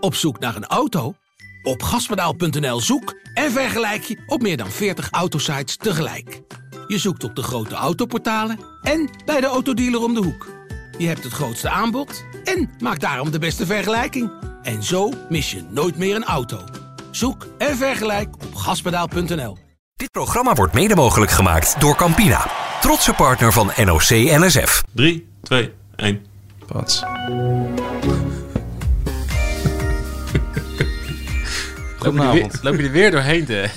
Op zoek naar een auto? Op gaspedaal.nl zoek en vergelijk je op meer dan 40 autosites tegelijk. Je zoekt op de grote autoportalen en bij de autodealer om de hoek. Je hebt het grootste aanbod en maakt daarom de beste vergelijking. En zo mis je nooit meer een auto. Zoek en vergelijk op gaspedaal.nl. Dit programma wordt mede mogelijk gemaakt door Campina. Trotse partner van NOC NSF. 3, 2, 1. Pats. Goedenavond. Loop je er weer doorheen te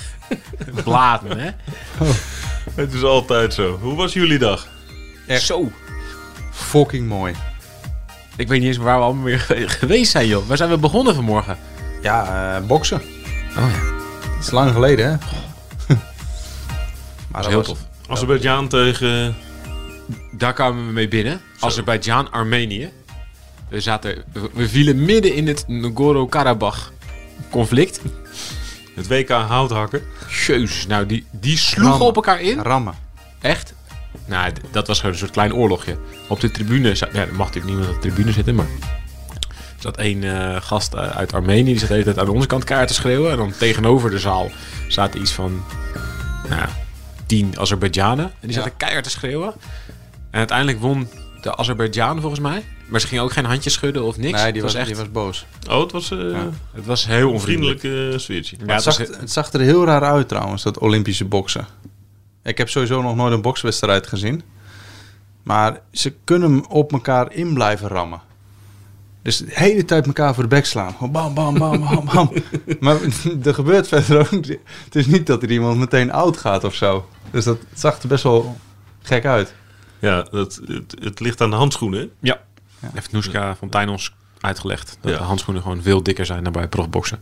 bladen, hè? Het is altijd zo. Hoe was jullie dag? Echt. Zo. Fucking mooi. Ik weet niet eens waar we allemaal weer ge- geweest zijn, joh. Waar zijn we begonnen vanmorgen? Oh Ja, eh boksen. Dat is lang geleden, hè? maar Dat is heel tof. Azerbeidzjan tegen... Daar kwamen we mee binnen. Azerbeidzjan, Armenië. We, zaten, we vielen midden in het Nagorno-Karabakh-conflict. Het WK houthakken. Jezus, nou, die, die sloegen op elkaar in. Rammen. Echt? Nou, d- dat was gewoon een soort klein oorlogje. Op de tribune... za- Ja, dat mag natuurlijk niemand op de tribune zitten, maar... Er zat één eh, gast eh, uit Armenië, die zat de hele tijd aan onze kant kaart te schreeuwen. En dan tegenover de zaal zaten iets van... Nou, tien Azerbeidzjanen. En die zaten keihard te schreeuwen. En uiteindelijk won de Azerbeidzjan volgens mij. Maar ze gingen ook geen handjes schudden of niks. Nee, die Het was, was echt... die was boos. Oh, het was eh, een Het was heel onvriendelijk. vriendelijke sfeertje. Ja, het, het was zag, het zag er heel raar uit trouwens, dat Olympische boksen. Ik heb sowieso nog nooit een bokswedstrijd gezien. Maar ze kunnen op elkaar in blijven rammen. Dus de hele tijd elkaar voor de bek slaan. Gewoon Bam, bam, bam, bam, bam. maar er gebeurt verder ook... niet- Het is niet dat er iemand meteen oud gaat of zo. Dus dat zag er best wel gek uit. Ja, dat, het, het ligt aan de handschoenen. hè? Ja. Heeft Noeska van Tijn ons uitgelegd dat Ja. de handschoenen gewoon veel dikker zijn dan bij profboksen.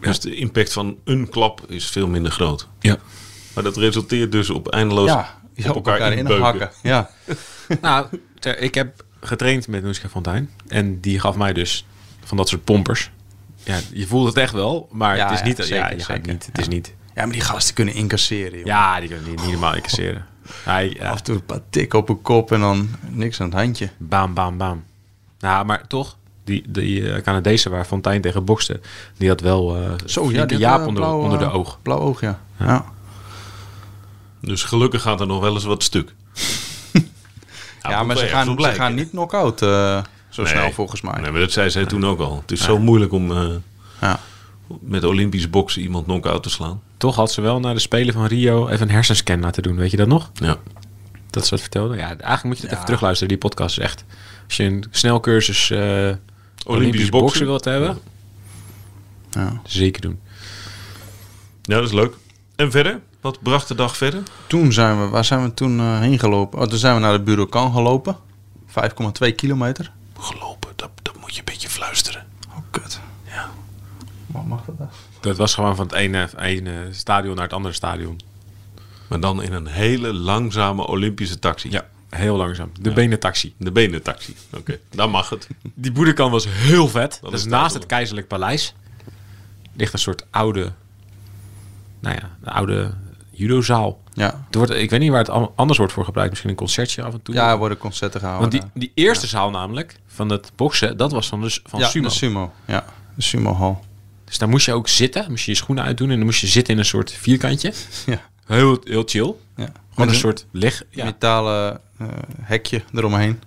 Dus de impact van een klap is veel minder groot. Ja. Maar dat resulteert dus op eindeloos... Ja, ja, op elkaar, inbeuken. inhakken. Ja. nou, ter- ik heb getraind met Noeska van Tijn en die gaf mij dus van dat soort pompers. Ja, je voelt het echt wel, maar Ja, het is ja, niet. zeker, ja, je gaat zeker. niet. Het is niet. ja, Oh. maar die gasten kunnen incasseren, joh. Ja, die kunnen niet, niet normaal incasseren. Hij, ja, Af en toe een paar tikken op een kop en dan niks aan het handje. baam, baam, baam. Nou, maar toch. Die, die eh Canadezen waar Fontijn tegen bokste, die had wel eh Zo, ja, flinke die jaap had, eh, onder, blauw, onder de eh, oog. Blauw oog, ja. ja. Dus gelukkig gaat er nog wel eens wat stuk. Ja, maar ze gaan, ze gaan niet knock-out eh, zo Nee. snel volgens mij. Nee, maar dat zei zij toen ook al. Het is zo moeilijk om eh, Ja. met Olympisch boksen iemand knock-out te slaan. Toch had ze wel naar de Spelen van Rio even een hersenscan laten doen. Weet je dat nog? Ja. Dat ze dat vertelde. Ja, eigenlijk moet je het even terugluisteren. Die podcast is echt... Als je een snelcursus eh Olympisch, Olympisch boksen boksen. wilt hebben, Ja. zeker doen. Ja, dat is leuk. En verder? Wat bracht de dag verder? Toen zijn we, waar zijn we toen eh, heen gelopen? Oh, toen zijn we naar de Budokan gelopen. 5,2 kilometer. Gelopen, dat, dat moet je een beetje fluisteren. Oh, kut. Ja. Wat mag dat dan? Dat was gewoon van het ene, ene stadion naar het andere stadion. Maar dan in een hele langzame Olympische taxi. Ja, heel langzaam. De benentaxi. De benentaxi. Oké, dan mag het. Die boedekan was heel vet. Dat, is is het naast wel. het Keizerlijk Paleis. Ligt een soort oude... Nou ja, een oude judozaal. Ja. Er wordt, ik weet niet waar het an- anders wordt voor gebruikt. Misschien een concertje af en toe. Ja, er worden concerten gehouden. Want die, die eerste zaal namelijk, van het boksen, dat was van, de, s- van ja, oh, sumo. de sumo. Ja, de sumo-hal. Dus daar moest je ook zitten, moest je je schoenen uitdoen en dan moest je zitten in een soort vierkantje. Ja. Heel, heel chill. ja. Gewoon een Met soort leg. Ja. metalen eh, hekje eromheen.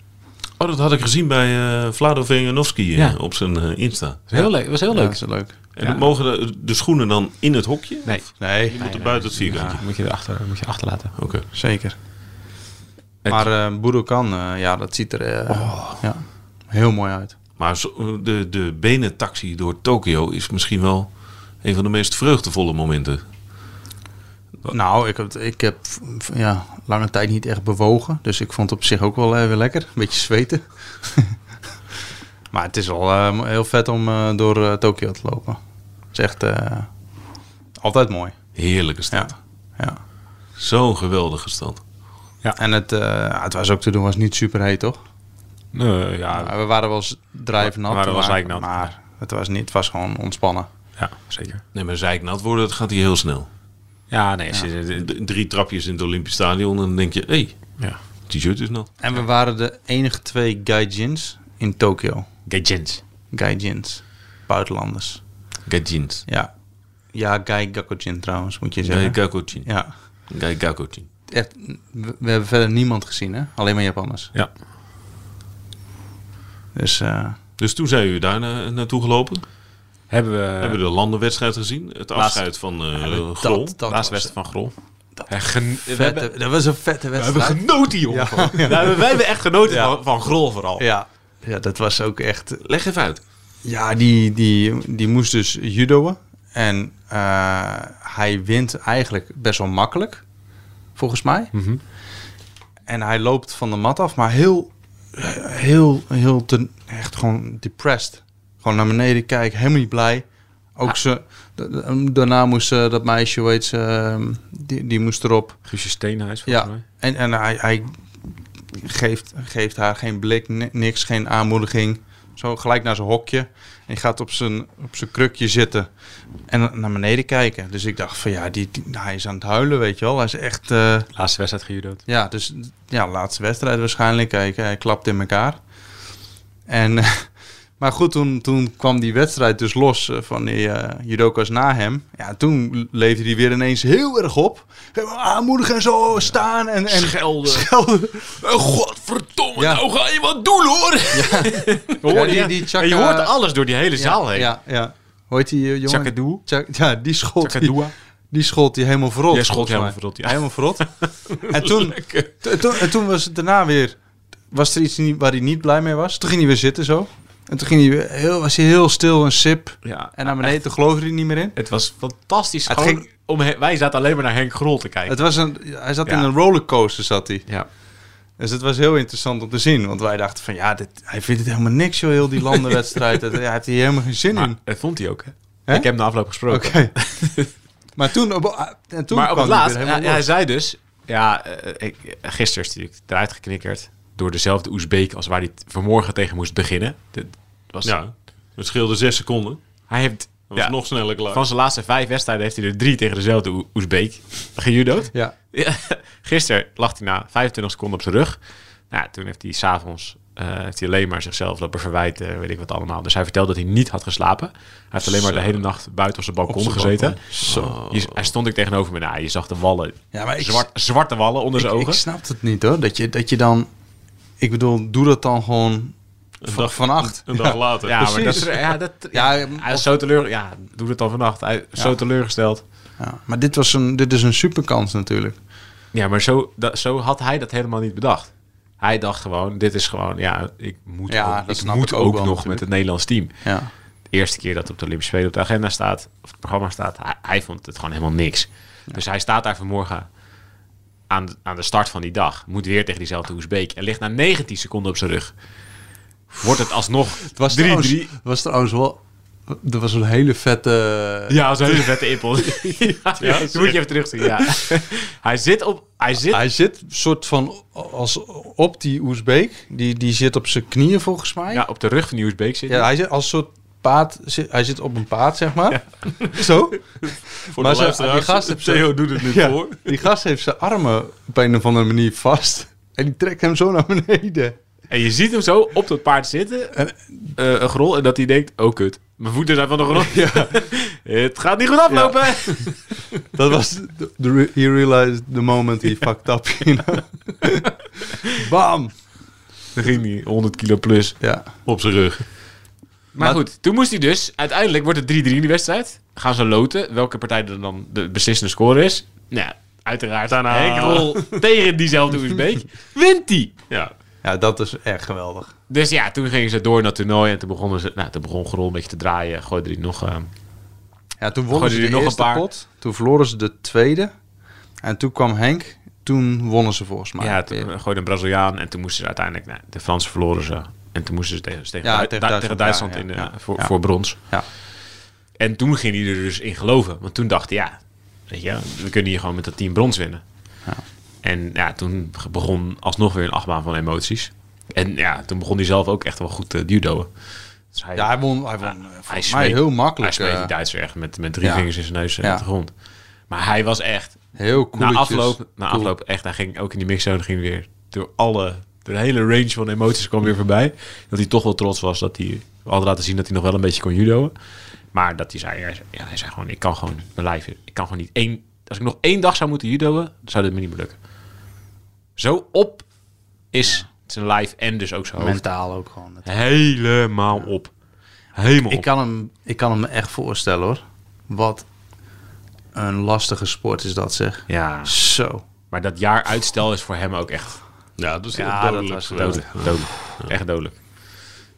Oh, dat had ik gezien bij eh Vlado Vejanovski eh, Ja. op zijn eh, Insta. Heel leuk, was heel Ja, leuk. dat is leuk. En mogen de, de schoenen dan in het hokje? Nee, Ah. Nee, Moeten buiten het vierkantje. ja, moet, je erachter, moet je achterlaten. Oké. zeker. Maar eh Budokan, eh, ja, dat ziet er eh, Oh. ja, heel mooi uit. Maar zo- eh, de, de benentaxi door Tokio is misschien wel een van de meest vreugdevolle momenten. Nou, ik heb, ik heb v- ja, lange tijd niet echt bewogen. Dus ik vond het op zich ook wel even lekker. Een beetje zweten. maar het is wel eh, heel vet om eh, door eh, Tokio te lopen. Het is echt eh, altijd mooi. Heerlijke Ja. stad. ja. Zo'n geweldige stad. En het, eh, het was ook te doen, was niet super heet, toch? Nee, ja, Maar we waren wel s- drijfnat. Nou, We waren wel maar- zeiknat. Maar het was, niet, het was gewoon ontspannen. ja, zeker. Nee, maar zeiknat worden, dat gaat hier heel snel. Ja, nee, ze- D- Drie trapjes in het Olympisch Stadion en dan denk je, hé, hey, ja. t-shirt is nat. En we waren de enige twee gaijins in Tokio. Gaijins. Gaijins. buitenlanders. Gajins. Ja. Ja, Guy Gakogin trouwens, moet je Gai zeggen. Gakochin. ja. Gai Gakochin. Echt, we, we hebben verder niemand gezien, hè? Alleen maar Japanners. Ja. Dus eh, Dus toen zijn jullie daar na- naartoe gelopen. Hebben we... Hebben we de landenwedstrijd gezien? Het afscheid van eh Grol. dat, dat, Laatste was, wedstrijd van Grol. Dat Hij gen- we, hebben, vette, dat was een vette we hebben wedstrijd. genoten, jongen. van. Nou, hebben- wij hebben echt genoten van, van Grol vooral. ja. ja, dat was ook echt... Leg even uit. Ja, die, die, die moest dus judoën. En eh, hij wint eigenlijk best wel makkelijk, volgens mij. Mhm. En hij loopt van de mat af, maar heel, heel, heel, ten, echt gewoon depressed. Gewoon naar beneden kijken, helemaal niet blij. Ook ze, da- da- daarna moest eh, dat meisje, weet ze, ehm, die, die moest erop. Guusje Steenhuis, volgens Ja, mij. en, en hij, hij geeft, geeft haar geen blik, ni- niks, geen aanmoediging. Zo gelijk naar zijn hokje. En hij gaat op zijn, op zijn krukje zitten en naar beneden kijken. Dus ik dacht van ja, die, die- hij is aan het huilen, weet je wel. Hij is echt... eh, Laatste wedstrijd gejudood. ja, dus ja, laatste wedstrijd waarschijnlijk. Hij, hij klapt in elkaar. En, eh, maar goed, toen, toen kwam die wedstrijd dus los eh, van die eh judoka's na hem. Ja, toen leefde hij weer ineens heel erg op. Helemaal Aanmoedigen en zo, staan en... en Schelden. Schelden. Oh, Godverdomme, Ja. nou ga je wat doen, hoor. Ja, die- die Chaka- je hoort alles door die hele zaal heen. Ja, ja. Hoe heet die eh, jongen? Chakadoe. Chak- ja, die schoot die, Chakadua. die schoot die helemaal verrot. Jij schold volgens mij. helemaal verrot, ja. Helemaal verrot. en, toen, en toen, en toen was het daarna weer... Was er iets niet- waar hij niet blij mee was? Toen ging hij weer zitten zo. En toen ging hij weer heel, was hij heel stil en sip. Ja. En naar beneden, toen geloofde hij niet meer in. Het was fantastisch. Het Gewoon ging- om, Hen- wij zaten alleen maar naar Henk Grol te kijken. Het was een, hij zat Ja. in een rollercoaster, zat hij. Ja. Dus het was heel interessant om te zien. Want wij dachten van, ja, dit, hij vindt het helemaal niks, joh, heel die landenwedstrijd. Het- hij heeft hier helemaal geen zin Maar in. dat vond hij ook, hè? Hmm. Hè? Ik heb hem na afloop gesproken. Oké. maar toen, op, ah, en toen maar op kwam het laatst, hij hij, weer helemaal hij los. zei dus... Ja, eh, ik, gisteren is hij natuurlijk eruit geknikkerd... door dezelfde Oezbeek als waar hij t- vanmorgen tegen moest beginnen. Dit was, Ja. Het scheelde zes seconden. Hij heeft... Dat was ja, nog eh, sneller klaar. Van zijn laatste vijf wedstrijden heeft hij er drie tegen dezelfde Oe- Oezbeek gejudood. Ja. Ja, gisteren lag hij na 25 seconden op zijn rug. Nou, ja, toen heeft hij s'avonds eh, heeft hij alleen maar zichzelf lopen verwijten, weet ik wat allemaal. Dus hij vertelde dat hij niet had geslapen. Hij heeft alleen maar de hele nacht buiten op zijn balkon zijn gezeten. balkon. Zo. Je- hij stond ik tegenover me. Nou, je zag de wallen, Ja, maar ik- zwart, zwarte wallen onder zijn ik, ogen. Ik snap het niet hoor. Dat je, dat je dan. Ik bedoel, doe dat dan gewoon van, dag- van acht. Een dag later. ja, maar dat, precies. ja, dat, ja, Ja, hij is zo teleur, ja, doe het dan vannacht. Hij is zo Ja. teleurgesteld. Ja, maar dit, was een, dit is een superkans natuurlijk. Ja, maar zo, dat, zo had hij dat helemaal niet bedacht. Hij dacht gewoon, dit is gewoon, ja, ik moet Ja, ook, dat ik snap moet ik ook, ook wel nog met natuurlijk. het Nederlands team. Ja. De eerste keer dat op de Olympische Spelen op de agenda staat, of het programma staat, hij, hij vond het gewoon helemaal niks. Dus hij staat daar vanmorgen aan, de- aan de start van die dag, moet weer tegen diezelfde Oezbeek en ligt na 19 seconden op zijn rug. Wordt het alsnog 3-3? Het was, trouwens, was trouwens wel. Er was een hele vette. Ja, dat is een hele vette impel. ja, dat moet je even terugzien. Ja. hij zit op, hij zit Hij zit soort van als op die Oezbeek. Die, die zit op zijn knieën volgens mij. ja, op de rug van die Oezbeek zit. Ja, hij zit als soort paard. zi- Hij zit op een paard, zeg maar. Zo. Voor maar de zo- luisteraars. die gast heeft zo- Theo doet het nu Ja, voor. die gast heeft zijn armen op een of andere manier vast. En die trekt hem zo naar beneden. En je ziet hem zo op dat paard zitten, eh, een grol, en dat hij denkt, oh kut, mijn voeten zijn van de grond. het gaat niet goed aflopen. Dat was... The, the re- he realized the moment he fucked up, you know. Bam! Dan ging hij 100 kilo plus. Ja. Op zijn rug. Maar, goed, toen moest hij dus, uiteindelijk wordt het 3-3 in die wedstrijd. Gaan ze loten, welke partij er dan de beslissende score is. Nou ja, uiteraard, Daarna. Henk Grol tegen diezelfde Oezbeek, wint hij. Ja. Ja, dat is echt geweldig. Dus ja, toen gingen ze door naar het toernooi en toen, begonnen ze, nou, toen begon Grol een beetje te draaien. Gooide hij nog... eh, Ja, toen Gooiden wonnen ze de jullie nog een eerste paar? pot. Toen verloren ze de tweede. En toen kwam Henk. Toen wonnen ze volgens mij. ja, toen eh, gooide een Braziliaan en toen moesten ze uiteindelijk... Nou, de Fransen verloren ze. En toen moesten ze tegen, tegen, Ja, Dui- tegen Dui- Duitsland, Duitsland ja, in, ja, eh, ja. voor, Ja. voor brons. Ja. En toen ging hij er dus in geloven. Want toen dacht hij, ja, weet je, we kunnen hier gewoon met dat team brons winnen. En ja, toen ge- begon alsnog weer een achtbaan van emoties. En ja, toen begon hij zelf ook echt wel goed te judoën. Dus hij, Ja, hij won, hij won eh, volgens hij mij smeet- heel hij makkelijk. smeet eh, die Duitser echt met, met drie Ja. vingers in zijn neus en Ja. op de grond. Maar hij was echt heel cool. na afloop, na afloop echt, hij ging ook in die mixzone ging weer door alle, door de hele range van emoties kwam weer voorbij. Dat hij toch wel trots was dat hij We hadden laten zien dat hij nog wel een beetje kon judoën. Maar dat hij zei, hij zei- ja, hij zei gewoon, ik kan gewoon mijn lijf, ik kan gewoon niet één... Als ik nog één dag zou moeten judoën, dan zou dit me niet meer lukken. Zo op is zijn lijf en dus ook zijn hoofd Mentaal ook gewoon. helemaal op. Helemaal Ik op. kan, hem, ik kan hem me echt voorstellen hoor. Wat een lastige sport is dat zeg. Ja, Zo. maar dat jaar uitstel is voor hem ook echt Ja, dat is Ja, heel dat dodelijk was- geweest. dodelijk. dodelijk. Echt dodelijk.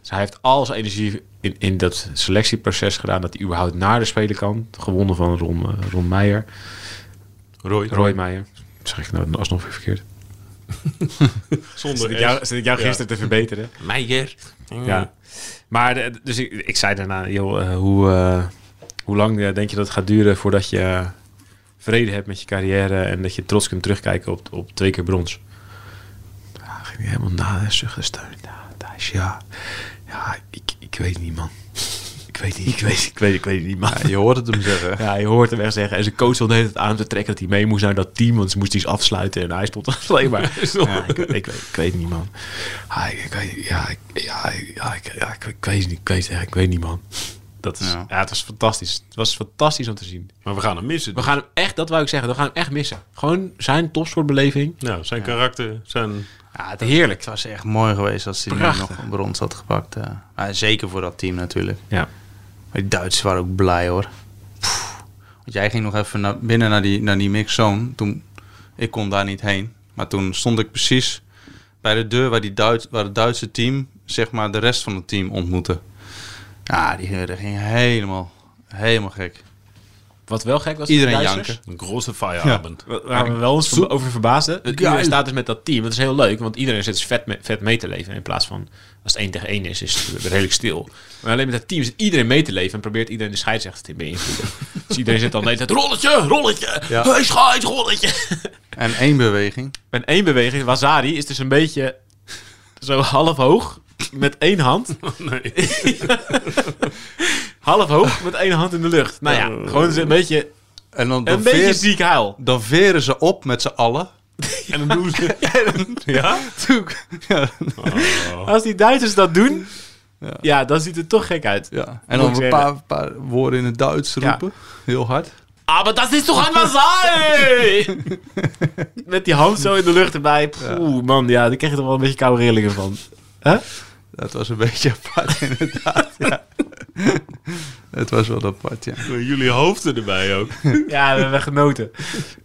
Dus hij heeft al zijn energie in, in dat selectieproces gedaan... dat hij überhaupt naar de spelen kan. Gewonnen van Ron, eh, Ron Meijer. Roy, Roy Meijer. Zeg ik nou alsnog weer verkeerd? zonder Zit ik S. jou, zit ik jou Ja. gisteren te verbeteren? Meijer. Ja. Maar de- dus ik, ik zei daarna, joh, eh, hoe, eh, hoe lang eh, denk je dat het gaat duren voordat je eh, vrede hebt met je carrière en dat je trots kunt terugkijken op, op twee keer brons? Ja, ging hij helemaal na en zuchtte steun. Ja, Thijs, ja, ja ik, ik weet niet, man. Ik weet niet, ik weet, ik weet, ik weet het niet, man. Ja, je hoort het hem zeggen. Ja, je hoort hem echt zeggen. En zijn coach wilde het aan hem te trekken dat hij mee moest naar dat team. Want ze moest iets afsluiten. En hij stond alleen maar. Ja, ik, ik, weet- ik weet niet, man. Ja, ik, ik weet- ja, ik, ja, ik- ja, ik, ja, ik, ik weet het niet. Ik weet, het echt, ik weet niet, man. Dat is, ja. Ja. het was fantastisch. Het was fantastisch om te zien. Maar we gaan hem missen. We gaan hem echt, dat wou ik zeggen, we gaan hem echt missen. Gewoon zijn topsportbeleving. Nou, zijn karakter, zijn... Ja, het heerlijk. Het was echt mooi geweest als hij nu Prachtig. nog een brons had gepakt. eh. Maar zeker voor dat team natuurlijk. Ja. Maar die Duitsers waren ook blij hoor. Pff. Want jij ging nog even naar binnen naar die, naar die mixzone. Toen, ik kon daar niet heen. Maar toen stond ik precies bij de deur waar, die Duits, waar het Duitse team zeg maar, de rest van het team ontmoette. Ja, die, die ging helemaal, helemaal gek. Wat wel gek was, Iedereen de Duitsers. janken. Een grote feierabend. Wa- Waar we wel eens van- over verbaasden. Iedereen Geil. staat dus met dat team. Dat is heel leuk, want iedereen zit dus vet, me- vet mee te leven. In plaats van, als het één tegen één is, is het redelijk stil. Maar alleen met dat team zit iedereen mee te leven. En probeert iedereen de scheidsrechter te beïnvloeden. dus iedereen zit dan de hele tijd, rolletje, rolletje. Ja. Hey, scheids, rolletje. En één beweging. en één beweging, Wazari, is dus een beetje zo half hoog. Met één hand. Oh, Nee. Half hoog, met één hand in de lucht. Nou ja, gewoon een beetje, En Oh. dan, dan, een beetje veer- ziek huil. dan veren ze op met z'n allen. En dan doen ze... Ja? Toen- ja, Als die Duitsers dat doen, ja, dan ziet het toch gek uit. ja. En Moet ik dan een zeggen. paar, paar woorden in het Duits Ja. roepen. Heel hard. Ah, maar dat is toch aan Mazai! Met die hand zo in de lucht erbij. Poeh, man, ja, daar krijg je toch wel een beetje koude rillingen van. Dat was een beetje apart, inderdaad. ja. Het was wel apart, ja. Jullie hoofden erbij ook. Ja, we hebben genoten.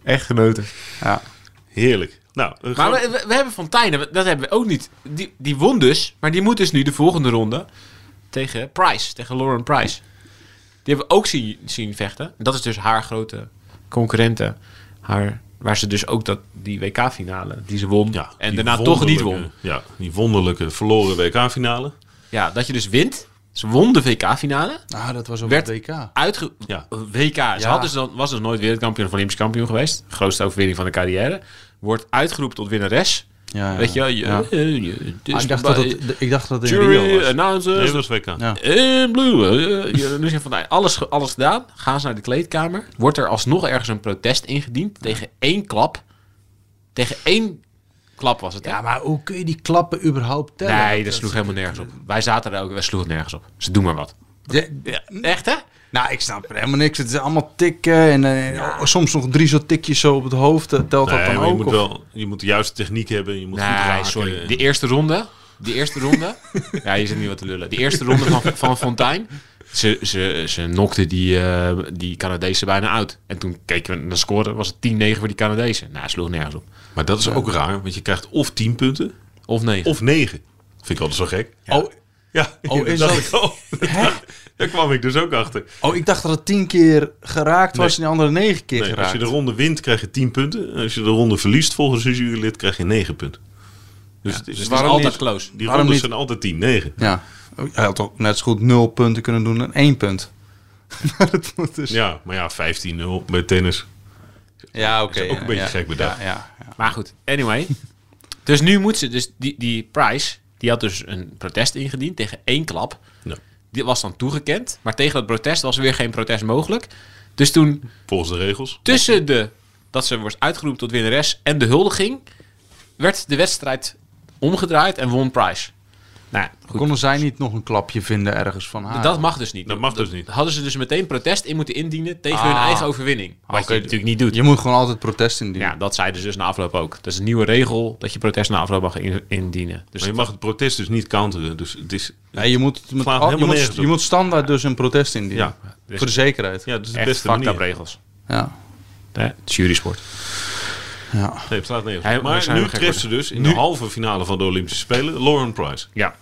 Echt genoten. ja. Heerlijk. Nou, een Maar groot- we, we- we hebben Fontijn, dat hebben we ook niet. Die, die won dus, maar die moet dus nu de volgende ronde tegen Price, tegen Lauren Price. Die hebben we ook zien, zien vechten. Dat is dus haar grote concurrente. Haar, waar ze dus ook dat, die WK-finale, die ze won. Ja, en die daarna toch niet won. wonderlijke- Ja, die wonderlijke verloren WK-finale. Ja, dat je dus wint. Ze won de WK-finale. Ah, dat was op Werd- het WK. Uitge Ja. WK. Ze had dus dan, was dus nooit wereldkampioen of Olympisch kampioen geweest. Grootste overwinning van de carrière. Wordt uitgeroepen tot winnares. Ja, ja. Weet je, wel, je, Ja. eh, je- het is Ah, ik, dacht bij- dat het, ik dacht dat het in Rio Jury, was. Nee, announcers. dat was WK. Ja. eh, blue. eh, je- dus je van, nou, alles, ge- alles gedaan. Gaan ze naar de kleedkamer. Wordt er alsnog ergens een protest ingediend. Tegen één klap. Tegen één klap was het. hè? Ja, maar hoe kun je die klappen überhaupt tellen? nee, dat sloeg helemaal nergens op. Wij zaten daar ook. Wij sloegen nergens op. Ze doen maar wat. Je- Echt hè? nou, ik snap er helemaal niks. Het is allemaal tikken en eh, oh, soms nog drie zo tikjes zo op het hoofd. eh, Telt Nee, dat dan maar je ook? moet of- wel je moet de juiste techniek hebben. Je moet goed Nee, raken. sorry. De eerste ronde. De eerste ronde. ja, je zit nu wat te lullen. De eerste ronde van, van Fontijn. Ze, ze, ze nokte die, eh die Canadezen bijna uit. En toen keken we naar de score. Was het 10-9 voor die Canadezen. Nou, sloeg nergens op. Maar dat is ook raar, want je krijgt of 10 punten Of 9. of 9. Vind ik altijd zo gek. Oh, Ja, Oh, dat is dacht dat- ik al. Daar kwam ik dus ook achter. oh, ik dacht dat het tien keer geraakt was Nee. en die andere negen keer Nee, als geraakt. je de ronde wint, krijg je 10 punten. En Als je de ronde verliest volgens een jurylid, krijg je 9 punten. Dus, het is- Dus het is altijd close. die waarom rondes niet- zijn altijd 10, 9. Ja. Oh, Hij had toch net zo goed nul punten kunnen doen en één punt. Maar dat moet dus... Ja, maar ja, 15-0 bij tennis. Ja, oké. Is ook een beetje gek bedacht. Ja, ja, ja. Maar goed, anyway. dus nu moet ze... Dus die, die Price, die had dus een protest ingediend tegen één klap. Nou, Die was dan toegekend. Maar tegen dat protest was weer geen protest mogelijk. Dus toen volgens de regels. tussen de dat ze wordt uitgeroepen tot winnares en de huldiging werd de wedstrijd omgedraaid en won Price. Nou, ja, goed. Konden zij niet nog een klapje vinden ergens van ah, haar? Dat mag dus niet. Dat mag dus niet. Hadden ze dus meteen protest in moeten indienen tegen hun Ah. eigen overwinning. Wat Oké, je natuurlijk niet doet. Je moet gewoon altijd protest indienen. Ja, dat zeiden ze dus na afloop ook. Dat is een nieuwe regel dat je protest na afloop mag in- indienen. Dus Maar je mag het protest dus niet counteren. Dus het is, Nee, je moet, het met Slaat al- je, helemaal moet, nergens op. je moet standaard dus een protest indienen. dus Voor de zekerheid. ja, dat is de echt beste fucked manier. up regels. Ja. Ja, jury sport. Nee, het slaat nergens. Hij- op. hij maar zou nu heel gek treft ze worden. dus in de halve finale van de Olympische Spelen Lauren Price. Ja.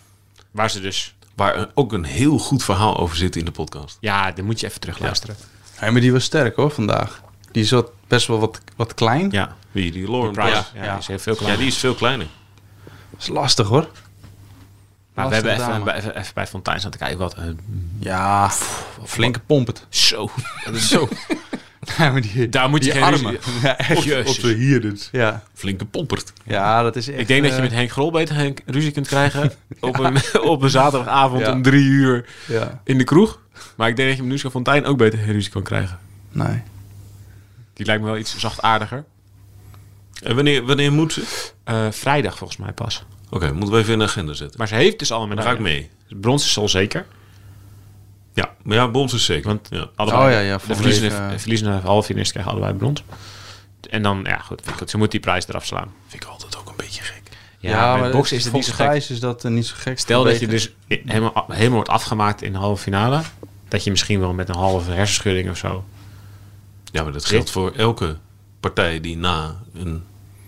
Waar ze dus... Waar een- ook een heel goed verhaal over zit in de podcast. Ja, dan moet je even terugluisteren. Hé, maar die was sterk hoor vandaag. Die zat best wel wat, wat klein. Ja. Wie? Die Lauren Price. Ja, Price. die is heel veel Ja, kleiner. die is veel kleiner. Dat is lastig hoor. maar we lastige hebben even, dame. bij- even, even bij Fontijn staan te kijken. Wat een... Ja, flinke pomp het. Zo. Dat is zo. Ja, maar die, Daar moet je die geen Oh, armen. Ja, echt. Jezus. hier dus. Ja. Flinke pompert. ja, dat is echt... Ik denk dat je eh, met Henk Grol beter Henk ruzie kunt krijgen op, een, op een zaterdagavond Ja. om drie uur Ja, in de kroeg. Maar ik denk dat je met Noeska Fontijn ook beter ruzie kan krijgen. nee. Die lijkt me wel iets zachtaardiger. En wanneer, wanneer moet ze? Eh, vrijdag volgens mij pas. Oké, moeten we even in de agenda zetten. Maar ze heeft dus allemaal Dan ga ik mee. Brons is al zeker. Ja, maar ja, Bons is zeker. Want ja. allebei, Oh ja, ja, de verliezen vanwege- de verliezende halve finalist krijgen allebei brons. En dan, ja goed, vind ik goed. Ze moet die prijs eraf slaan. Vind ik altijd ook een beetje gek. Ja, bij het boksen is het niet zo volgens gek. Gijs is dat eh, niet zo gek. Stel dat je Beter. dus helemaal, helemaal wordt afgemaakt in de halve finale. Dat je misschien wel met een halve hersenschudding of zo Ja, maar dat geldt voor elke partij die na een...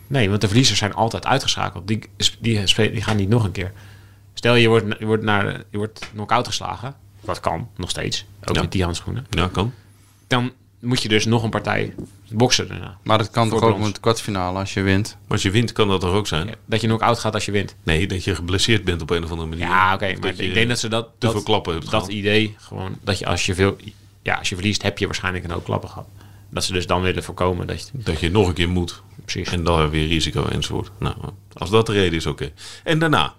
Nee, want de verliezers zijn altijd uitgeschakeld. Die, die, spe- die gaan niet nog een keer. Stel, je wordt, je wordt, naar, je wordt knock-out geslagen. Wat kan, nog steeds. Ook Ja. met die handschoenen. Ja, kan. Dan moet je dus nog een partij boksen daarna. Maar dat kan Voor toch ook brons. met de kwartfinale als je wint. Maar als je wint, kan dat toch ook zijn? Dat je knock-out gaat als je wint. Nee, dat je geblesseerd bent op een of andere manier. Ja, oké. Of maar je ik denk dat ze dat... te dat, veel klappen hebt Dat gehad. idee, gewoon, dat je als je veel... Ja, als je verliest, heb je waarschijnlijk een hoop klappen gehad. Dat ze dus dan willen voorkomen dat je... dat je nog een keer moet. Precies. En dan weer risico enzovoort. Nou, als dat de reden is, oké. En daarna.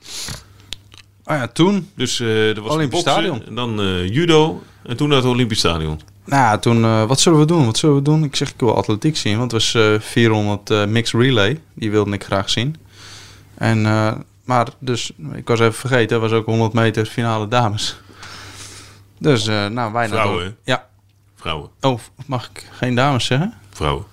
Oh ja, toen... Dus eh er was Olympisch boksen, Stadion. En dan eh, judo. En toen naar het Olympisch Stadion. Nou, ja, toen, eh, wat zullen we doen? Wat zullen we doen? Ik zeg, ik wil atletiek zien, want het was eh, 400 eh mixed relay. Die wilde ik graag zien. En, eh, maar dus, ik was even vergeten, er was ook 100 meter finale dames. Dus, eh, nou, wij naar de- Vrouwen, hè? Ja. Vrouwen. Oh, mag ik geen dames zeggen? Vrouwen.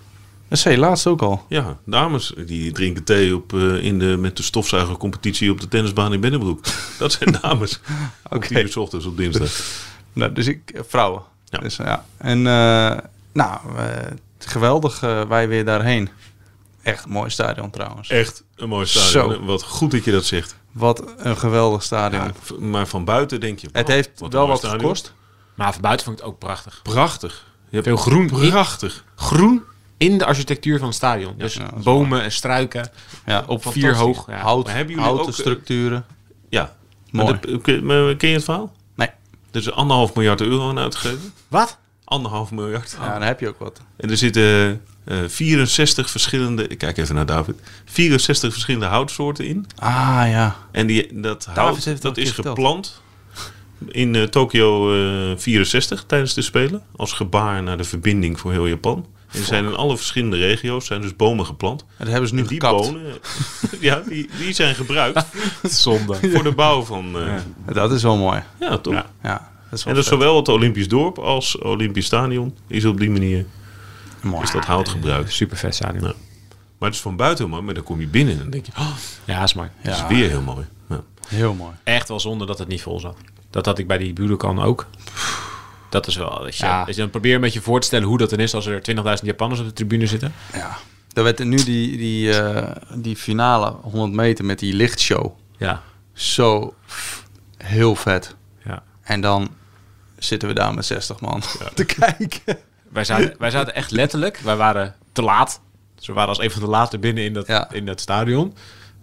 Dat zei je laatst ook al. Ja, dames die drinken thee op, eh, in de, met de stofzuigercompetitie op de tennisbaan in Binnenbroek. Dat zijn dames. Oké. Om Oké. tien uur 's ochtends op dinsdag. Nou, dus ik, eh, vrouwen. Ja. Dus, eh, ja. En, eh, nou, eh, geweldig, eh, wij weer daarheen. Echt mooi stadion trouwens. Echt een mooi stadion. Zo. hè? Wat goed dat je dat zegt. Wat een geweldig stadion. Ja, v- maar van buiten denk je... Het wow, heeft Oh, een wel mooi wat stadion. gekost. Maar van buiten vond ik het ook prachtig. Prachtig. Je hebt Veel groen. Prachtig. Groen in de architectuur van het stadion. Dus ja, dat is bomen en struiken. Ja, Op vier hoog. Ja. Hout, Maar hebben jullie houten ook, eh, structuren. Ja. Mooi. Maar dat- ken maar ken je het verhaal? Nee. Er is Dus anderhalf miljard euro aan uitgegeven. Wat? Anderhalf miljard. Ja, dan heb je ook wat. En er zitten eh, 64 verschillende... Ik kijk even naar David. 64 verschillende houtsoorten in. Ah ja. En die, dat heeft hout het nog dat een is keer verteld. geplant in eh, Tokio eh, 64 tijdens de Spelen. Als gebaar naar de verbinding voor heel Japan. En er zijn in alle verschillende regio's zijn dus bomen geplant. Dat hebben ze nu En die gekapt. bonen ja, die, die zijn gebruikt Zonde. voor de bouw van... eh, ja. Dat is wel mooi. toch? Ja. Ja, En dat is wel dus- dat is vet. zowel het Olympisch dorp als Olympisch stadion is op die manier mooi. is dat hout gebruikt. Super vet stadion. Ja. Maar het is van buiten heel mooi, maar dan kom je binnen en dan denk je, oh, Ja, is mooi. dat is Ja, weer heel mooi. Ja. heel mooi. Echt wel zonde dat het niet vol zat. Dat had ik bij die Budokan ook. Dat is wel... Dat je, Ja. dus dan probeer een beetje voor te stellen hoe dat dan is als er 20.000 Japanners op de tribune zitten. Ja. Er werd nu die, die, eh, die finale 100 meter met die lichtshow. Ja. Zo f- heel vet. ja. En dan zitten we daar met 60 man te kijken. Wij, zaten, wij zaten echt letterlijk... Wij waren te laat. Dus we waren als een van de laatste binnen in dat, Ja. in dat stadion.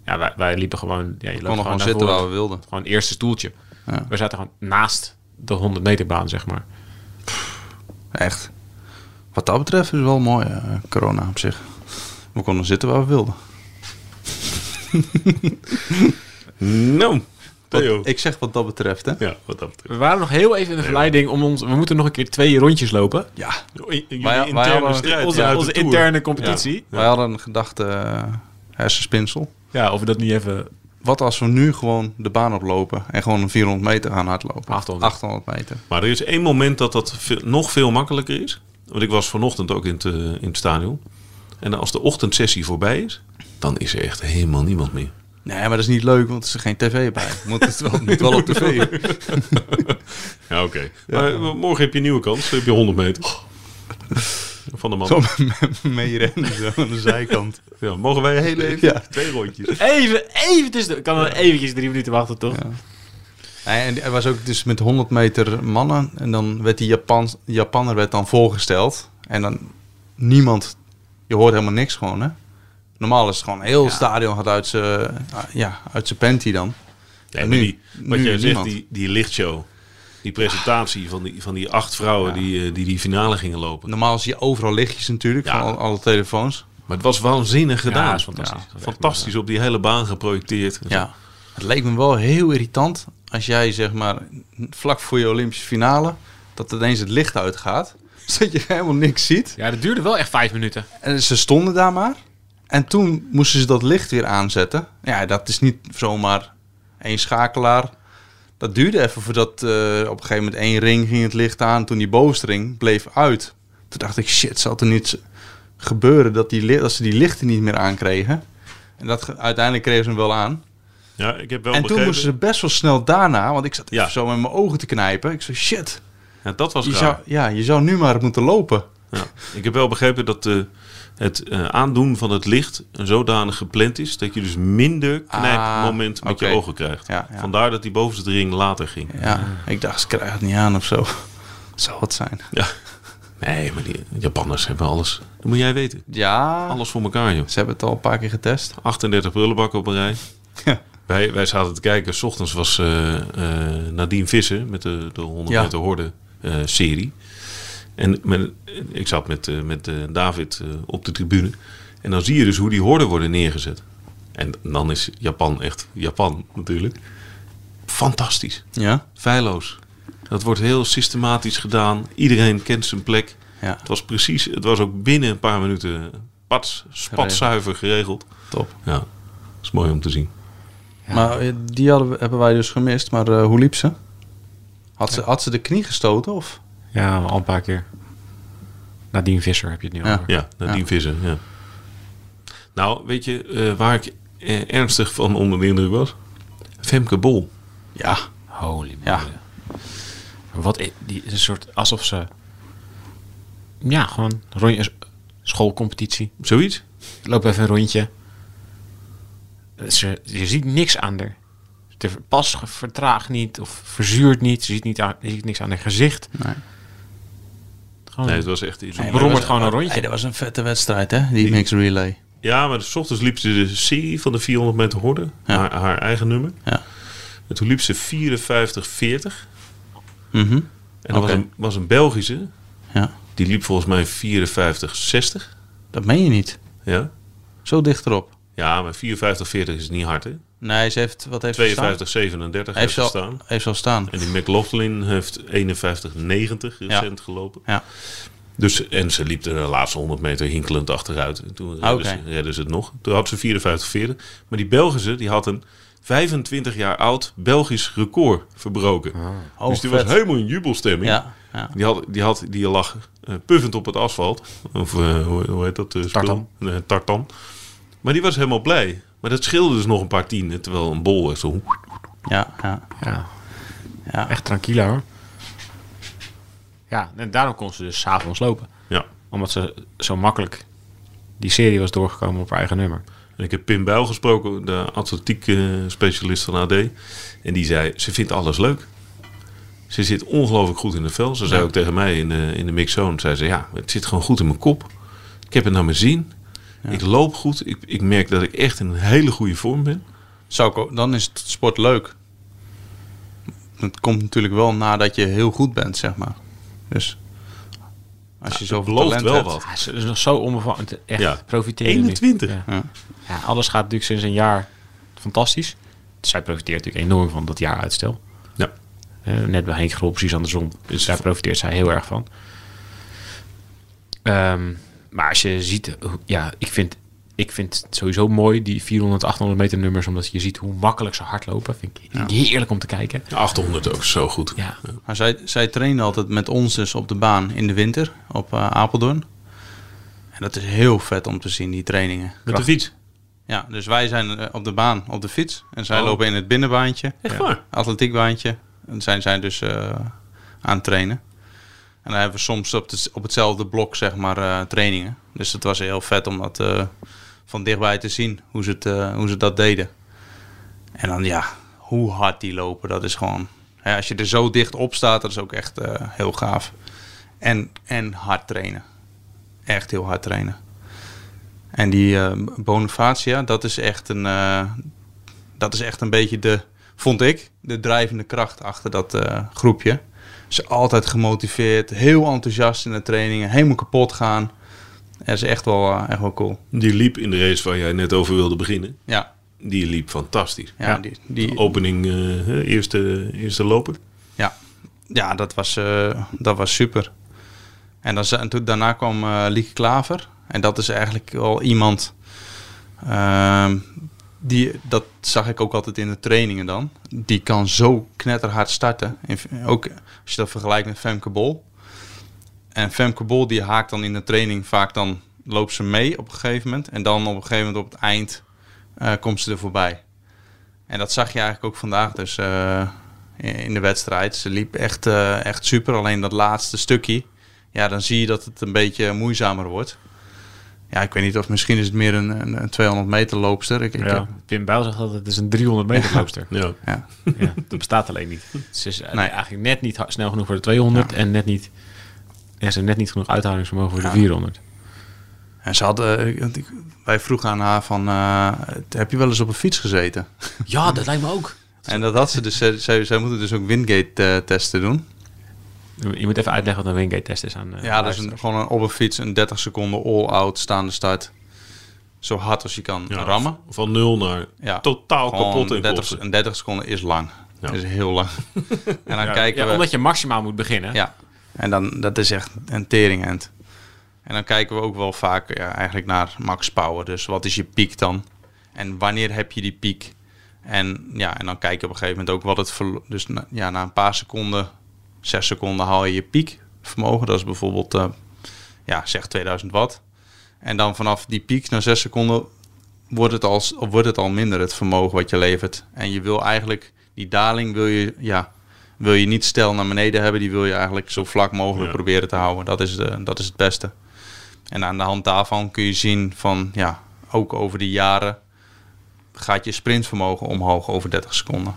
Ja, wij, wij liepen gewoon... Ja, je loopt We konden gewoon gewoon naar zitten waar voren. we wilden. Gewoon het eerste stoeltje. Ja. We zaten gewoon naast de 100 meter baan, zeg maar. Echt. Wat dat betreft is het wel mooi, eh, corona op zich. We konden zitten waar we wilden. Nou, Wat- Theo. ik zeg wat dat betreft, hè? Ja, wat dat betreft. We waren nog heel even in de verleiding om ons... We moeten nog een keer twee rondjes lopen. Ja. Jullie Wij- wij interne hadden- strijd. Onze, uit de onze Tour. interne competitie. Wij hadden een gedachte eh, hersenspinsel. Ja, of we dat niet even Wat als we nu gewoon de baan oplopen en gewoon een 400 meter gaan hardlopen? 800. 800 meter. Maar er is één moment dat dat ve- nog veel makkelijker is. Want ik was vanochtend ook in het, eh, in het stadion. En als de ochtendsessie voorbij is, dan is er echt helemaal niemand meer. Nee, maar dat is niet leuk, want er is er geen tv bij. Moet het wel, moet wel op tv. Ja, Oh. oké. Maar eh, morgen heb je een nieuwe kans. Dan heb je 100 meter. Van de man. Zo meerennen zo aan de zijkant. Ja, mogen wij heel even Ja. twee rondjes. Even, even tussen. Ik kan dan eventjes drie minuten wachten, toch? Nee, en er was ook dus met 100 meter mannen. En dan werd die Japan, Japanner werd dan voorgesteld. En dan niemand, je hoort helemaal niks gewoon, hè? Normaal is het gewoon heel stadion gaat uit zijn ja, uit zijn panty dan. Ja, En maar nu? die, wat Nu jij zegt, niemand. die, die lichtshow. Die presentatie van die, van die acht vrouwen die, eh, die die finale gingen lopen. Normaal zie je overal lichtjes natuurlijk Ja. van al- alle telefoons. Maar het was waanzinnig gedaan. is fantastisch. Ja, fantastisch op die hele baan geprojecteerd. Ja. Dus Het leek me wel heel irritant als jij zeg maar vlak voor je Olympische finale dat ineens het licht uitgaat, zodat je helemaal niks ziet. Ja, dat duurde wel echt vijf minuten. En ze stonden daar maar. En toen moesten ze dat licht weer aanzetten. Ja, dat is niet zomaar één schakelaar. Dat duurde even voordat eh, op een gegeven moment één ring ging het licht aan. Toen die bovenste ring bleef uit. Toen dacht ik, shit, zal er niet gebeuren dat, die, li- dat ze die lichten niet meer aankregen? En dat, ge- uiteindelijk kregen ze hem wel aan. Ja, ik heb wel en toen begrepen. moesten ze best wel snel daarna, want ik zat Ja. even zo met mijn ogen te knijpen. Ik zei, shit, Ja, dat was je raar. zou, ja, je zou nu maar moeten lopen. Ja. Ik heb wel begrepen dat eh, het eh, aandoen van het licht een zodanig gepland is dat je dus minder knijpmoment Ah, met oké. je ogen krijgt. Ja, ja. Vandaar dat die bovenste ring later ging. Ja, ik dacht, ze krijgen het niet aan of zo. Zou het zijn. Ja. Nee, maar die Japanners hebben alles. Dat moet jij weten. Ja, Ah. Alles voor elkaar, joh. ze hebben het al een paar keer getest. 38 prullenbakken op een rij. Ja. Wij, wij zaten te kijken. S ochtends was eh, eh, Nadine Visser met de, de 100 Ja. meter horde eh, serie. En men- ik zat met, eh, met eh, David eh, op de tribune. En dan zie je dus hoe die horden worden neergezet. En dan is Japan echt Japan natuurlijk. Fantastisch. Ja? Feilloos. Dat wordt heel systematisch gedaan. Iedereen kent zijn plek. Ja. Het was precies, het was ook binnen een paar minuten pats, spatzuiver geregeld. Top. Ja, dat is mooi om te zien. Maar eh, die hadden, we- hebben wij dus gemist. Maar eh, hoe liep ze? Had, ze? had ze de knie gestoten of? Ja, al een paar keer. Nadine Visser heb je het nu Ja. over. Ja, Nadine Ja. Visser. Ja. Nou, weet je eh, waar ik eh, ernstig van onder de indruk was? Femke Bol. Ja. Holy Ja. moly. Wat i- die is een soort alsof ze. Ja, gewoon rond- een s- schoolcompetitie. Zoiets? Loop even een rondje. Ze, je ziet niks aan haar. Ze ver- pas ge- vertraagt niet of verzuurt niet. Ze ziet, niet aan, je ziet niks aan haar gezicht. Nee. Gewoon, Nee, het was echt iets. Oh. maar Brommert dat was- gewoon een rondje. Hey, dat was een vette wedstrijd, hè? Die mix relay. Ja, maar s ochtends liep ze de serie van de 400 meter horde. Ja. Haar, haar eigen nummer. Ja. En toen liep ze 54-40. Mhm. En dat was, Oké. een, was een Belgische. Ja. Die liep volgens mij 54-60. Dat meen je niet. Ja. Zo dicht erop. ja, maar 54-40 is niet hard, hè? 52-37 Nee, ze heeft... Wat heeft ze staan? heeft Heeft ze, gestaan. al, heeft ze al staan. En die McLaughlin heeft 51-90 recent gelopen. Ja. Dus, en ze liep de laatste 100 meter hinkelend achteruit. En toen redden, Oké. ze, redden ze het nog. Toen had ze 54-40. Maar die Belgische die had een 25 jaar oud Belgisch record verbroken. Oh, dus die vet. was helemaal in jubelstemming. Ja. ja. Die, had, die, had, die lag eh, puffend op het asfalt. Of eh, hoe, hoe heet dat? eh, spul? Tartan. Eh, tartan. Maar die was helemaal blij. Maar dat scheelde dus nog een paar tienen. Terwijl een bol echt zo... Ja, ja. ja. Ja. Echt tranquila hoor. Ja, en daarom kon ze dus s'avonds lopen. Ja. Omdat ze zo makkelijk die serie was doorgekomen op haar eigen nummer. En ik heb Pim Bijl gesproken, de atletiek eh, specialist van AD. En die zei, ze vindt alles leuk. Ze zit ongelooflijk goed in het vel. Ze zei ook tegen mij in de, in de mixzone, zei ze, ja, het zit gewoon goed in mijn kop. Ik heb het naar mijn zin. Ik loop goed. Ik, ik merk dat ik echt in een hele goede vorm ben. Zou ik ook- dan is het sport leuk. Het komt natuurlijk wel nadat je heel goed bent, zeg maar. Dus als je zoveel belooft talent wel hebt, wat. Ah, ze is nog zo onbevangen. Echt, Ja. profiteren nu. 21. Ja. Ja. Ja, alles gaat natuurlijk sinds een jaar fantastisch. Zij profiteert natuurlijk enorm van dat jaaruitstel. Ja. Eh, net bij Henk Grol precies andersom. Dus Is- daar profiteert zij heel erg van. Ehm, maar als je ziet, hoe- ja, ik vind ik vind het sowieso mooi, die 400, 800 meter nummers. Omdat je ziet hoe makkelijk ze hardlopen. Vind ik heerlijk om te kijken. 800 ook zo goed. Ja, Maar zij, zij trainen altijd met ons dus op de baan in de winter op eh, Apeldoorn. En dat is heel vet om te zien, die trainingen. Met de fiets. Ja, dus wij zijn eh, op de baan op de fiets. En zij Oh. lopen in het binnenbaantje. Echt waar? atletiekbaantje. En zijn zij dus eh, aan het trainen. En dan hebben we soms op, het- op hetzelfde blok, zeg maar, eh, trainingen. Dus het was heel vet om dat eh, van dichtbij te zien, hoe ze, het, eh, hoe ze dat deden. En dan ja, hoe hard die lopen, dat is gewoon... Hè, als je er zo dicht op staat, dat is ook echt eh, heel gaaf. En, en hard trainen. Echt heel hard trainen. En die eh, Bonifacia, dat is echt een... eh, dat is echt een beetje de, vond ik, de drijvende kracht achter dat eh, groepje. Ze altijd gemotiveerd, heel enthousiast in de trainingen, helemaal kapot gaan. Dat is echt wel, eh, echt wel cool. Die liep in de race waar jij net over wilde beginnen. Ja, Die liep fantastisch. ja, Die, De die, Opening, eh, hè, eerste, eerste loper. ja. ja dat, was, eh, dat was super. En dan, za- en toen, daarna kwam eh Lieke Klaver. En dat is eigenlijk wel iemand... ehm, die, dat zag ik ook altijd in de trainingen dan. Die kan zo knetterhard starten. En v- ook als je dat vergelijkt met Femke Bol. En Femke Bol die haakt dan in de training vaak dan loopt ze mee op een gegeven moment. En dan op een gegeven moment op het eind eh, komt ze er voorbij. En dat zag je eigenlijk ook vandaag dus eh, in in de wedstrijd. Ze liep echt, eh, echt super. Alleen dat laatste stukje. Ja, dan zie je dat het een beetje moeizamer wordt. Ja, ik weet niet of misschien is het meer een, een, een 200 meter loopster. Ik, ik heb- ja. Pim Bijl zegt dat het is een 300 meter loopster. Ja. ja. Ja, dat bestaat alleen niet. Ze is eh, Hm. Nee. eigenlijk net niet ha- snel genoeg voor de 200 en net niet, ja, ze heeft net niet genoeg uithoudingsvermogen voor de 400. En ze had, eh, ik- ik- wij vroegen aan haar van, eh, heb je wel eens op een fiets gezeten? Ja, dat lijkt me ook. En dat had ze dus, eh, zij, zij moeten dus ook windgate-testen doen. Je moet even uitleggen wat een wingate test is aan. Ja, dat eh, is luisteraars. een, gewoon een, op een fiets een 30 seconden all-out staande start. Zo hard als je kan Ja, rammen. Van nul naar Ja. totaal Gewoon kapot in 30, kosten. en 30 seconden is lang. Dat is heel lang. en dan kijken Ja, we... omdat je maximaal moet beginnen. Ja, en dan, dat is echt een teringend. En dan kijken we ook wel vaak ja, eigenlijk naar max power. Dus wat is je piek dan? En wanneer heb je die piek? En, ja, en dan kijk je op een gegeven moment ook wat het... verlo- Dus na, ja, na een paar seconden, zes seconden haal je je piekvermogen. Dat is bijvoorbeeld, eh, ja, zeg 2000 watt. En dan vanaf die piek na zes seconden wordt het, al, wordt het al minder, het vermogen wat je levert. En je wil eigenlijk, die daling wil je, ja, wil je niet stijl naar beneden hebben. Die wil je eigenlijk zo vlak mogelijk Ja. proberen te houden. Dat is, de, dat is het beste. En aan de hand daarvan kun je zien van, ja, ook over de jaren gaat je sprintvermogen omhoog over 30 seconden.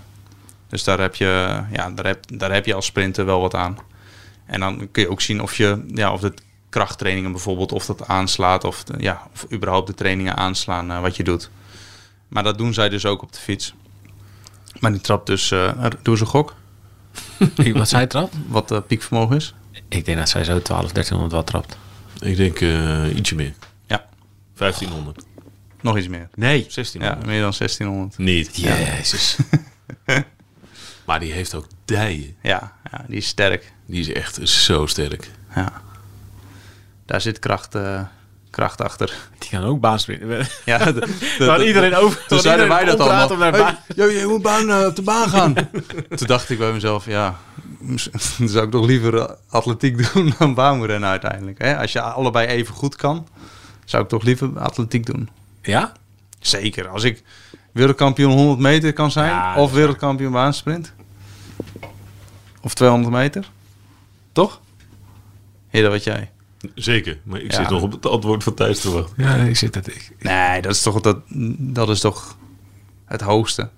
Dus daar heb je, ja, daar heb, daar heb je als sprinter wel wat aan. En dan kun je ook zien of je, ja, of de krachttrainingen bijvoorbeeld, of dat aanslaat, of, de- ja, of überhaupt de trainingen aanslaan eh, wat je doet. Maar dat doen zij dus ook op de fiets. Maar die trapt dus, eh doe ze gok, Ik- Wat zij trapt? wat eh, piekvermogen is. Ik denk dat zij zo 12, 1300 watt trapt. Ik denk eh, ietsje meer. Ja, 1500. nog iets meer. Nee. 1600. Ja, meer dan 1600. Niet. Jezus. Maar die heeft ook dijen. Ja, ja die is sterk. Die is echt zo sterk. Ja. Daar zit kracht, eh, kracht achter. Die kan ook baansprinten. Ja, de- de- Dan de- iedereen over. Toen zeiden wij dat allemaal. Om naar de baan. Hey, je, je moet baan, eh, op de baan gaan. Toen dacht ik bij mezelf, ja, misschien zou ik toch liever eh, atletiek doen dan baanrennen uiteindelijk. Hè? Als je allebei even goed kan, zou ik toch liever atletiek doen. Ja? Zeker, als ik wereldkampioen 100 meter kan zijn, Ja, dat of wereldkampioen baansprint. Of 200 meter. Toch? Heer, wat jij. Zeker. Maar ik Ja. zit nog op het antwoord van Thijs te wachten. Ja, ik zit dat ik. Nee, dat is toch, dat, dat is toch het hoogste.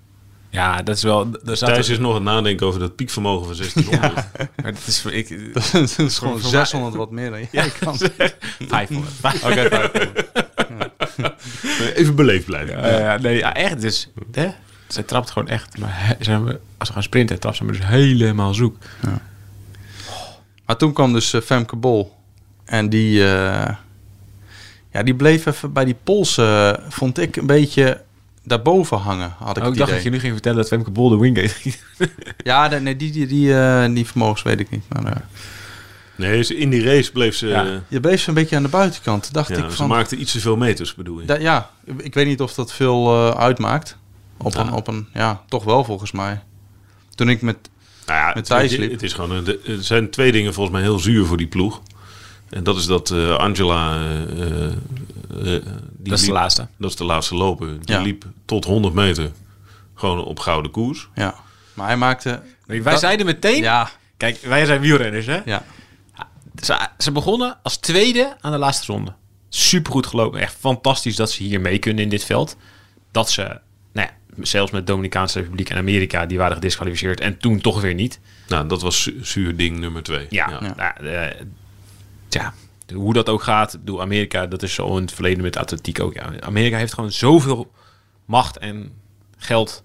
Ja, dat is wel. Daar zat Thijs is nog aan het nadenken over dat piekvermogen van 1600. Maar dat is voor ik. Dat is gewoon voor 600 wat meer dan jij kan. 500. Oké, Even beleefd blijven. Eh, ja, nee, ja, echt. Dus, hè? Zij trapt gewoon echt. Maar he- zijn we, als we gaan sprinten, trapt ze me dus helemaal zoek. Maar toen kwam dus eh, Femke Bol. En die, eh, ja, die bleef even bij die polsen, eh, vond ik, een beetje daarboven hangen, had ik Oh, het ik dacht dat idee. je nu ging vertellen dat Femke Bol de wingate ging. Ja, de- nee, die, die, die, eh, die vermogens weet ik niet. Maar, eh, Nee, ze- in die race bleef ze... Ja. eh, Je bleef zo'n beetje aan de buitenkant. Dacht Ja, ik ze van... maakte iets te veel meters, bedoel je? Da- ja, ik weet niet of dat veel eh, uitmaakt. Op, Nou. een, op een... Ja, toch wel volgens mij. Toen ik met... Nou ja, Met het, Thijs weet je, liep. het is gewoon, een- de- er zijn twee dingen volgens mij heel zuur voor die ploeg. En dat is dat eh, Angela... eh, eh, eh, die Dat is de liep- laatste. Dat is de laatste lopen. Die Ja. liep tot 100 meter gewoon op gouden koers. Ja. Maar hij maakte... Wij Dat- zeiden meteen... Ja, Kijk, wij zijn wielrenners, hè? ja. Ze, ze begonnen als tweede aan de laatste ronde. Supergoed gelopen. Echt fantastisch dat ze hier mee kunnen in dit veld. Dat ze, nou ja, zelfs met Dominicaanse Republiek en Amerika, die waren gedisqualificeerd. En toen toch weer niet. Nou, dat was zu- zuur ding nummer twee. Ja, ja. nou, eh, tja, hoe dat ook gaat. Ik bedoel, Amerika, dat is zo in het verleden met atletiek ook. Ja. Amerika heeft gewoon zoveel macht en geld.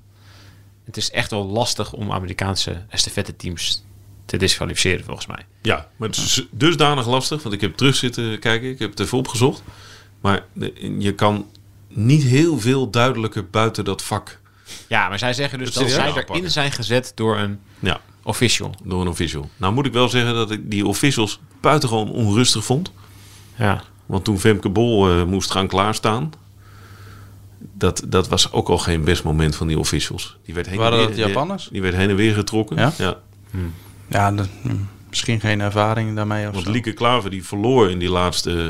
Het is echt wel lastig om Amerikaanse estafette teams te disqualificeren, volgens mij. Ja, maar het is dusdanig lastig, want ik heb terug zitten kijken, ik heb het even opgezocht. Maar de- je kan niet heel veel duidelijker buiten dat vak. Ja, maar zij zeggen dus Dat dat, serieus zij aanpakken. erin zijn gezet door een Ja, official. door een official. Nou moet ik wel zeggen dat ik die officials buitengewoon onrustig vond. Ja. Want toen Femke Bol eh, moest gaan klaarstaan, dat, dat was ook al geen best moment van die officials. Die werd heen en Waren weer- dat de Japanners? Die werd heen en weer getrokken. Ja? ja. Ja, de- hm, misschien geen ervaring daarmee of Want zo. Lieke Klaver die verloor in die laatste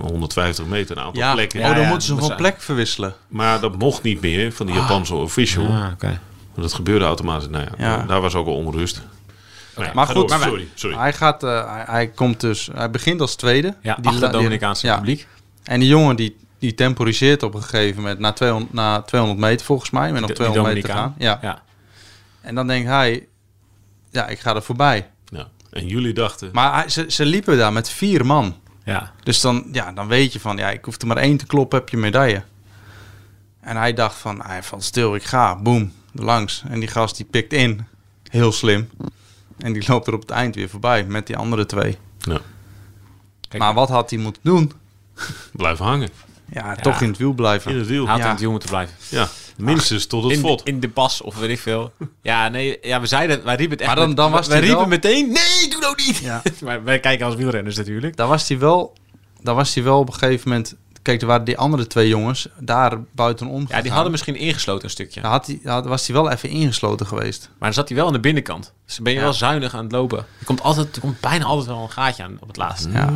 eh, 150 meter een aantal ja. plekken. Oh, dan ja, moeten ze moet van zijn. plek verwisselen. Maar dat mocht niet meer van de Japanse official. Ah, oké. Want dat gebeurde automatisch. Nou ja, Ja. daar was ook al onrust. Nee, maar ga goed, door. maar wij- sorry, sorry. Hij, gaat, eh, hij, hij komt dus... Hij begint als tweede. Ja, Die achter la- de die- Dominicaanse ja. Republiek. En die jongen die, die temporiseert op een gegeven moment na 200, na 200 meter volgens mij. Met nog Die 200 meter te Dominicaan. gaan. Ja. Ja. En dan denkt hij, ja, ik ga er voorbij. Ja. En jullie dachten, Maar hij, ze, ze liepen daar met vier man. ja. Dus dan, ja, dan weet je van, ja, ik hoef er maar één te kloppen, heb je medaille. En hij dacht van, hij van stil, ik ga, boem, langs. En die gast die pikt in, heel slim. En die loopt er op het eind weer voorbij met die andere twee. nou, Kijk, Maar wat had hij moeten doen? blijf hangen. Ja, Ah. toch in het wiel blijven. In het wiel. Haat Ja, aan het wiel moeten blijven. minstens tot het In, vod. de- in de pas of weet ik veel. Ja, nee, ja, we zeiden, wij riepen het echt. Maar dan- met- dan was wij die riepen wel- meteen, nee, doe nou niet. Ja. maar wij kijken als wielrenners natuurlijk. Daar was hij wel, daar was hij wel op een gegeven moment... Kijk, er waren die andere twee jongens daar buitenom Ja, die gegaan. hadden misschien ingesloten een stukje. Daar had hij, daar was hij wel even ingesloten geweest. Maar dan zat hij wel aan de binnenkant. Dus dan ben je Ja. wel zuinig aan het lopen. Er komt, altijd, er komt bijna altijd wel een gaatje aan op het laatst. Ja.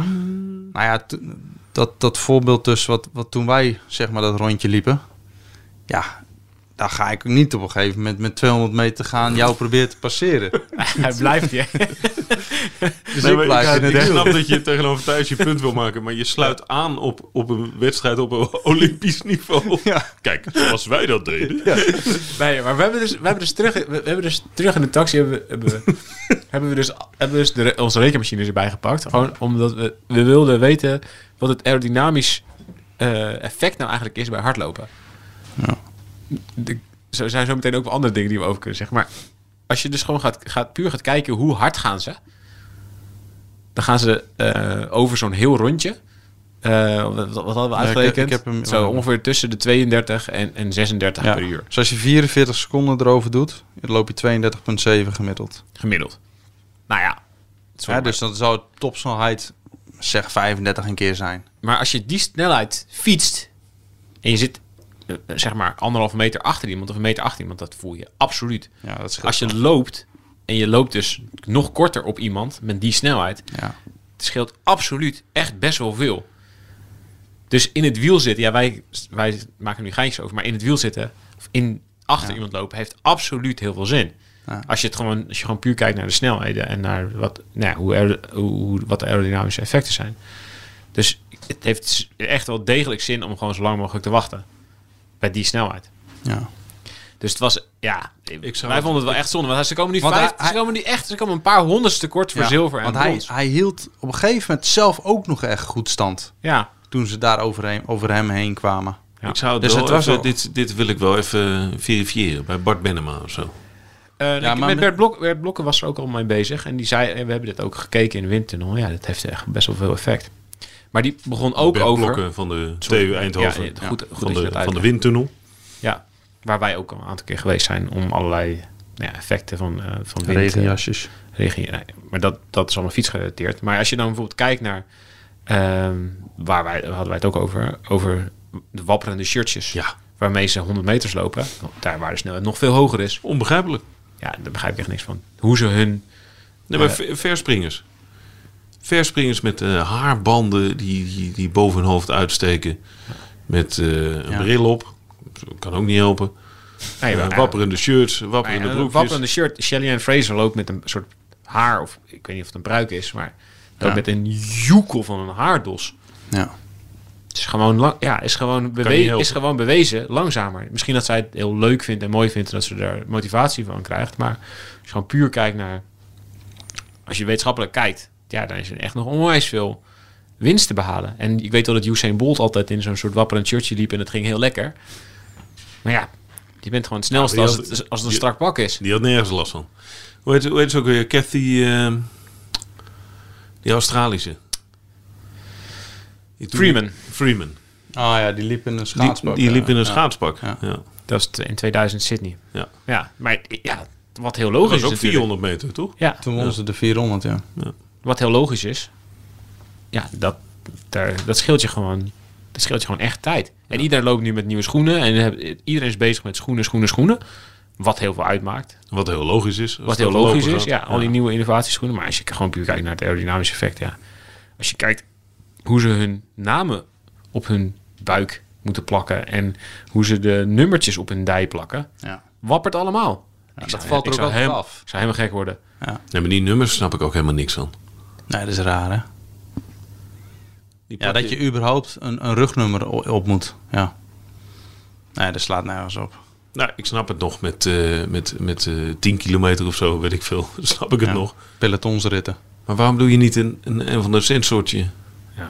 Nou ja, t- dat, dat voorbeeld dus, wat, wat toen wij zeg maar dat rondje liepen. Ja, daar ga ik niet op een gegeven moment met 200 meter gaan jou proberen te passeren. Hij blijft je. Dus Nee, ik maar blijf ik, in het ik wiel. snap dat je tegenover Thijs je punt wil maken, maar je sluit aan op, op een wedstrijd op een olympisch niveau. Ja. Kijk, zoals wij dat deden. Nee, maar we hebben dus, we hebben dus, terug, we we hebben dus terug in de taxi hebben, we- hebben, we- hebben we dus, hebben we dus de, re- onze rekenmachines erbij gepakt. Gewoon omdat we, we wilden weten wat het aerodynamisch eh, effect nou eigenlijk is bij hardlopen. Ja. De- zo zijn zo meteen ook wel andere dingen die we over kunnen zeggen. Maar als je dus gewoon gaat, gaat, puur gaat kijken hoe hard gaan ze. Dan gaan ze eh, over zo'n heel rondje. Eh, wat, wat hadden we ik- uitgerekend? ik heb hem- zo ongeveer tussen de 32 en, en 36 Ja. per uur. Dus als je 44 seconden erover doet, dan loop je 32,7 gemiddeld. gemiddeld. Nou ja, sorry, Ja, dus dan zou het topsnelheid zeg 35 een keer zijn. maar, maar als je die snelheid fietst en je zit eh, eh, zeg maar anderhalve meter achter iemand of een meter achter iemand, dat voel je absoluut. Ja, dat scheelt Als je loopt en je loopt dus nog korter op iemand met die snelheid, Ja. het scheelt absoluut echt best wel veel. Dus in het wiel zitten, ja, wij, wij maken nu geintjes over, maar in het wiel zitten, of in achter iemand lopen, heeft absoluut heel veel zin. Ja. Als, je het gewoon, als je gewoon puur kijkt naar de snelheden en naar wat, nou ja, hoe, aero- hoe, hoe- wat de aerodynamische effecten zijn. Dus het heeft s- echt wel degelijk zin om gewoon zo lang mogelijk te wachten. Bij die snelheid. Ja. Dus het was, ja, zou- wij vonden het wel echt zonde. Want ze komen nu Want vijf, hij- ze komen nu echt, ze komen een paar honderdste kort voor Ja, zilver en Want hij, brons. hij hield op een gegeven moment zelf ook nog echt goed stand. ja. Toen ze daar overheen, over hem heen kwamen. Ja. Ik zou het Dus wel het was even- al- dit, dit wil ik wel even eh, verifiëren bij Bart Benema of zo. Eh, nee, maar met met- Bert, Blok, Bert Blokken was er ook al mee bezig. En die zei, eh, we hebben dit ook gekeken in de windtunnel. Ja, dat heeft echt best wel veel effect. Maar die begon ook Bert over... Blokken van de Sorry. TU Eindhoven. Ja, ja, goed- goed dat van, je de, dat van de uitlegt. windtunnel. Ja, waar wij ook al een aantal keer geweest zijn om allerlei nou ja, effecten van, eh, van wind. eh, Regenjasjes. regen. ja, Maar dat, dat is allemaal fietsgerelateerd. Maar als je dan bijvoorbeeld kijkt naar. ehm, waar wij daar hadden wij het ook over. Over de wapperende shirtjes. Ja. Waarmee ze 100 meters lopen. Daar waar de snelheid nog veel hoger is. Onbegrijpelijk. Ja, daar begrijp ik echt niks van. Hoe ze hun. nou Nee, maar ver- verspringers. Verspringers met eh, haarbanden die, die, die boven hun hoofd uitsteken. Met eh, een bril op. Kan ook niet helpen. Nee, Eh, maar- wapperende shirts, wapperende maar ja, een broekjes. wapperende shirt. Shelly en Fraser loopt met een soort haar. Of ik weet niet of het een bruik is. Maar loopt met een joekel van een haardos. Ja. Het is gewoon, lang, ja, is, gewoon niet bewe- helpen. is gewoon bewezen langzamer. Misschien dat zij het heel leuk vindt en mooi vindt en dat ze daar motivatie van krijgt. Maar als je gewoon puur kijkt naar. Als je wetenschappelijk kijkt, ja, dan is er echt nog onwijs veel winst te behalen. En ik weet wel dat Usain Bolt altijd in zo'n soort wapperend shirtje liep en het ging heel lekker. Maar ja, je bent gewoon het snelste Ja, maar als, Nou, die het, had- als het een die- strak pak is. Die had nergens last van. Hoe heet, hoe heet ze ook weer? Cathy... eh, die Australische. Die toen- Freeman. Freeman. Ah ja, die liep in een Die, schaatspak. die liep in een ja. schaatspak. Ja. Ja. Dat was t- in 2000 Sydney. Ja. Ja, maar ja, wat heel Dat logisch was is. ook natuurlijk. 400 meter, toch? Ja. Toen won ze de 400, ja. Wat heel logisch is. Ja, dat, daar, dat scheelt je gewoon. Dat scheelt je gewoon echt tijd. En iedereen loopt nu met nieuwe schoenen. En heb- iedereen is bezig met schoenen, schoenen, schoenen. Wat heel veel uitmaakt. Wat heel logisch is. als Wat dat heel een logisch loper is. gaat. Ja, al die nieuwe innovatieschoenen. Maar als je k- gewoon puur kijkt naar het aerodynamische effect. Ja. Als je kijkt hoe ze hun namen op hun buik moeten plakken. En hoe ze de nummertjes op hun dij plakken. Ja. Wappert allemaal. Ik dat valt zou- er nou ik ook zou altijd hem- af. Ik zou helemaal gek worden. Nee, maar die nummers snap ik ook helemaal niks van. Nee, dat is raar, hè? Die Ja, pak dat je überhaupt een, een rugnummer o- op moet. Ja. Nee, dat slaat nergens op. Nou, ik snap het nog met, eh, met, met eh 10 kilometer of zo, weet ik veel. snap ik het Ja. nog. Pelotonsritten. Maar waarom doe je niet een, een, een van de sensortje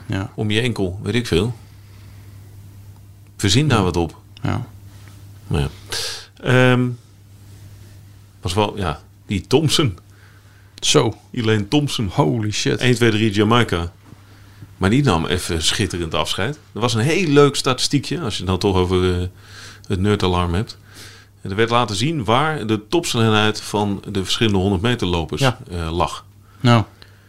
Ja. om je enkel, weet ik veel? Verzin daar wat op. ja. Maar Nou ja. Ehm, was wel, ja, die Thompson. Zo. Elaine Thompson. Holy shit. 1, 2, 3 Jamaica. Maar die nam even schitterend afscheid. Er was een heel leuk statistiekje, als je het dan toch over eh, het nerdalarm hebt. En er werd laten zien waar de topsnelheid van de verschillende 100 meter lopers Ja. eh, lag. Nou,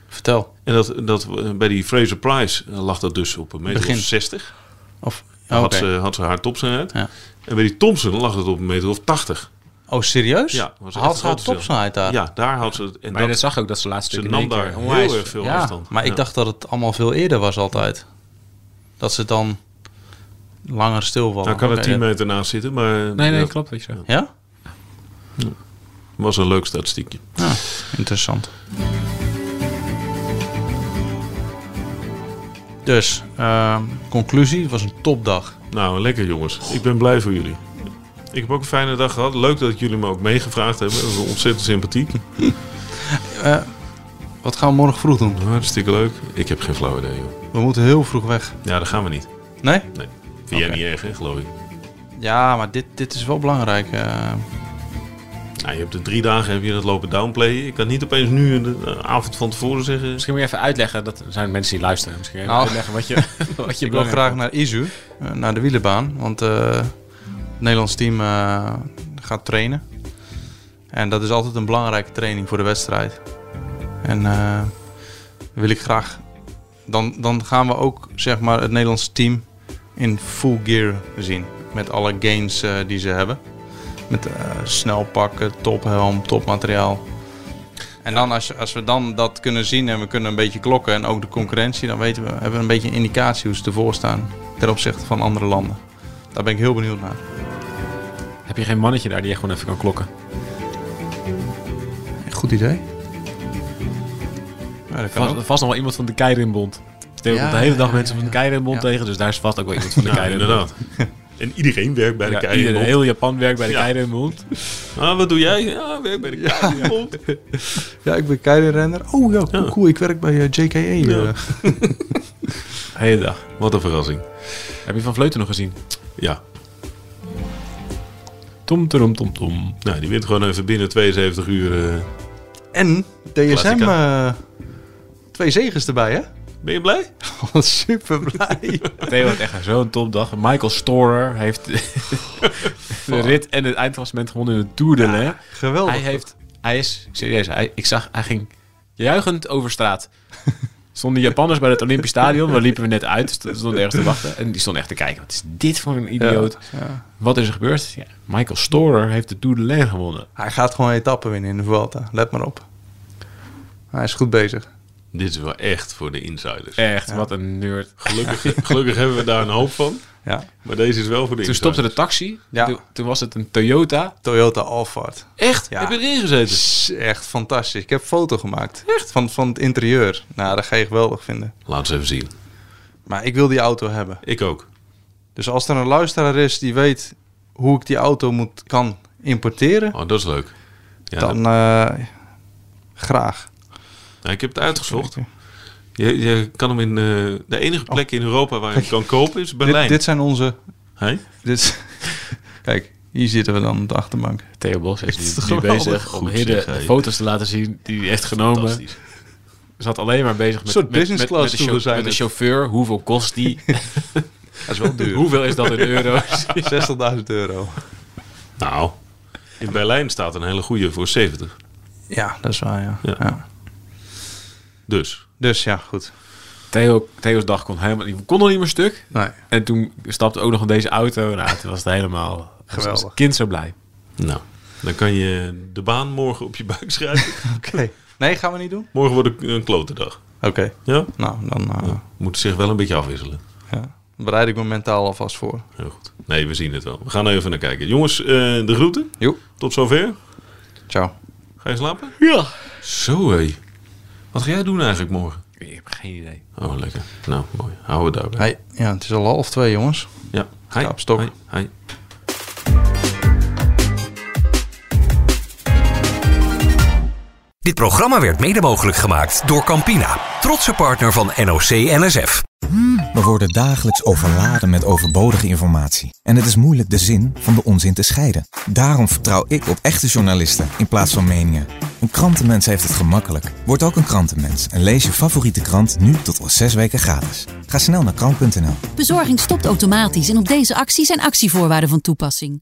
vertel. En dat, dat, eh, bij die Fraser Price eh, lag dat dus op een meter Begin. of 60. Of, oh, Dan oké. Had, ze, had ze haar topsnelheid. Ja. En bij die Thompson lag het op een meter of 80. Oh, serieus? Ja, was echt Had ze haar grote topsnelheid daar? Ja, daar had ze het. En Maar dat, dat zag ook dat ze laatste ze stuk in nam één keer daar onwijs- heel erg veel Ja, afstand. maar ik Ja. dacht dat het allemaal veel eerder was altijd. Dat ze dan langer stilvallen. Nou kan er Oké, 10 dat- meter naast zitten, maar eh, Nee, nee, dat klopt. Weet je. zegt. Ja? was een leuk statistiekje. Ja, interessant. Dus, ehm, conclusie, het was een topdag. Nou, lekker jongens. Ik ben blij voor jullie. Ik heb ook een fijne dag gehad. Leuk dat jullie me ook meegevraagd hebben. Dat is ontzettend sympathiek. Wat gaan we morgen vroeg doen? Hartstikke leuk. Ik heb geen flauw idee, joh. We moeten heel vroeg weg. Ja, dat gaan we niet. Nee? Nee. Vind jij Oké. niet erg, hè, geloof ik. Ja, maar dit, dit is wel belangrijk. eh. Nou, je hebt de drie dagen heb je dat lopen downplayen. Ik kan niet opeens nu een eh, avond van tevoren zeggen... Misschien moet je even uitleggen, dat er zijn mensen die luisteren. Misschien even Oh. uitleggen wat je, wat je ik wil belangrijk graag naar Izu, eh, naar de wielerbaan. Want eh, het Nederlands team eh, gaat trainen. En dat is altijd een belangrijke training voor de wedstrijd. En eh, wil ik graag... Dan, dan gaan we ook zeg maar, het Nederlandse team in full gear zien. Met alle gains eh, die ze hebben. Met eh, snelpakken, tophelm, topmateriaal. En dan als, als we dan dat kunnen zien en we kunnen een beetje klokken en ook de concurrentie, dan weten we, hebben we een beetje een indicatie hoe ze ervoor staan ten opzichte van andere landen. Daar ben ik heel benieuwd naar. hebt. Heb je geen mannetje daar die je gewoon even kan klokken? Goed idee. Ja, dat kan Vast, ook. vast nog wel iemand van de Keirinbond. Stel Ja, komt de hele dag ja, mensen van de Keirinbond tegen, dus daar is vast ook wel iemand van de Nou, Keirinbond. inderdaad. En iedereen werkt bij de Ja, ja, iedereen, heel Japan werkt bij de Ja. Keirinbond. Ah, wat doe jij? Ja, werk bij de Keirinbond. Ja, ik ben keilerrenner. Oh ja, cool, Ja. cool, Ik werk bij eh, JKE. eh. De hele dag. Wat een verrassing. Heb je Van Vleuten nog gezien? Ja, Tom, terom, tom, tom. nou, die wint gewoon even binnen 72 uur... eh, En DSM Klassica. eh, twee zegens erbij, hè? Ben je blij? Super blij. Theo had echt zo'n topdag. Michael Storer heeft de rit en het eindklassement gewonnen in de Tour de Lens. Geweldig. Hij heeft, hij is, serieus, hij, ik zag, hij ging juichend over straat. Stonden Japanners bij het Olympisch Stadion, daar liepen we net uit, st- stonden ergens te wachten. En die stonden echt te kijken, wat is dit voor een idioot? Ja. Wat is er gebeurd? Ja, Michael Storer heeft de Tour de Lens gewonnen. Hij gaat gewoon etappen winnen in de Vuelta. Let maar op. Hij is goed bezig. Dit is wel echt voor de insiders. Echt, wat een nerd. Gelukkig, eh, gelukkig hebben we daar een hoop van. Ja. Maar deze is wel voor de Toen insiders. stopte de taxi, Ja. toen, toen was het een Toyota. Toyota Alphard. Echt? Ja. Heb je erin gezeten? Is echt fantastisch. Ik heb een foto gemaakt. Echt? Van, van het interieur. Nou, dat ga je geweldig vinden. Laat eens even zien. Maar ik wil die auto hebben. Ik ook. Dus als er een luisteraar is die weet hoe ik die auto moet, kan importeren, Oh, dat is leuk. Ja, dan dat- eh, graag. nou, ik heb het uitgezocht. Je, je kan hem in eh, de enige plek in Europa waar je hem kan kopen is Berlijn. Oh. Dit, dit zijn onze... Hé? Dit, kijk, hier zitten we dan op de achterbank. Theo Bos Het is is toch nu, nu geweldig bezig om goed, Hidde zeg, hé. foto's te laten zien die hij heeft genomen. Fantastisch. zat alleen maar bezig met, soort met, business met, class met de, toeren zijn met de het. chauffeur. Hoeveel kost die? Dat is wel duur. Hoeveel is dat in euro's? 60.000 euro. Nou, in Berlijn staat een hele goede voor 70. Ja, dat is waar, ja. Ja. Ja. Dus, Dus ja, goed. Theo, Theo's dag kon helemaal niet, kon nog niet meer stuk. Nee. En toen stapte ook nog in deze auto. Nou, toen was het helemaal was- was Geweldig. het kind zo blij. nou, dan kan je de baan morgen op je buik schrijven. Oké. Nee, gaan we niet doen? morgen wordt een, een klote dag. Oké. Ja? Nou, dan eh, Moet zich wel een beetje afwisselen. ja. bereid ik me mentaal alvast voor. Heel goed. Nee, we zien het wel. We gaan er even naar kijken. Jongens, eh, de groeten. Jo. Tot zover. Ciao. Ga je slapen? Ja. Zo hé. Wat ga jij doen eigenlijk morgen? Ik heb geen idee. Oh, lekker. Nou, mooi. Hou het daarbij. Hey. Ja, het is al half twee, jongens. Ja. Hi. Kapstok. Hi. Hi. Dit programma werd mede mogelijk gemaakt door Campina, trotse partner van NOC NSF. We worden dagelijks overladen met overbodige informatie. En het is moeilijk de zin van de onzin te scheiden. Daarom vertrouw ik op echte journalisten in plaats van meningen. Een krantenmens heeft het gemakkelijk. Word ook een krantenmens en lees je favoriete krant nu tot al zes weken gratis. Ga snel naar krant.nl. Bezorging stopt automatisch en op deze actie zijn actievoorwaarden van toepassing.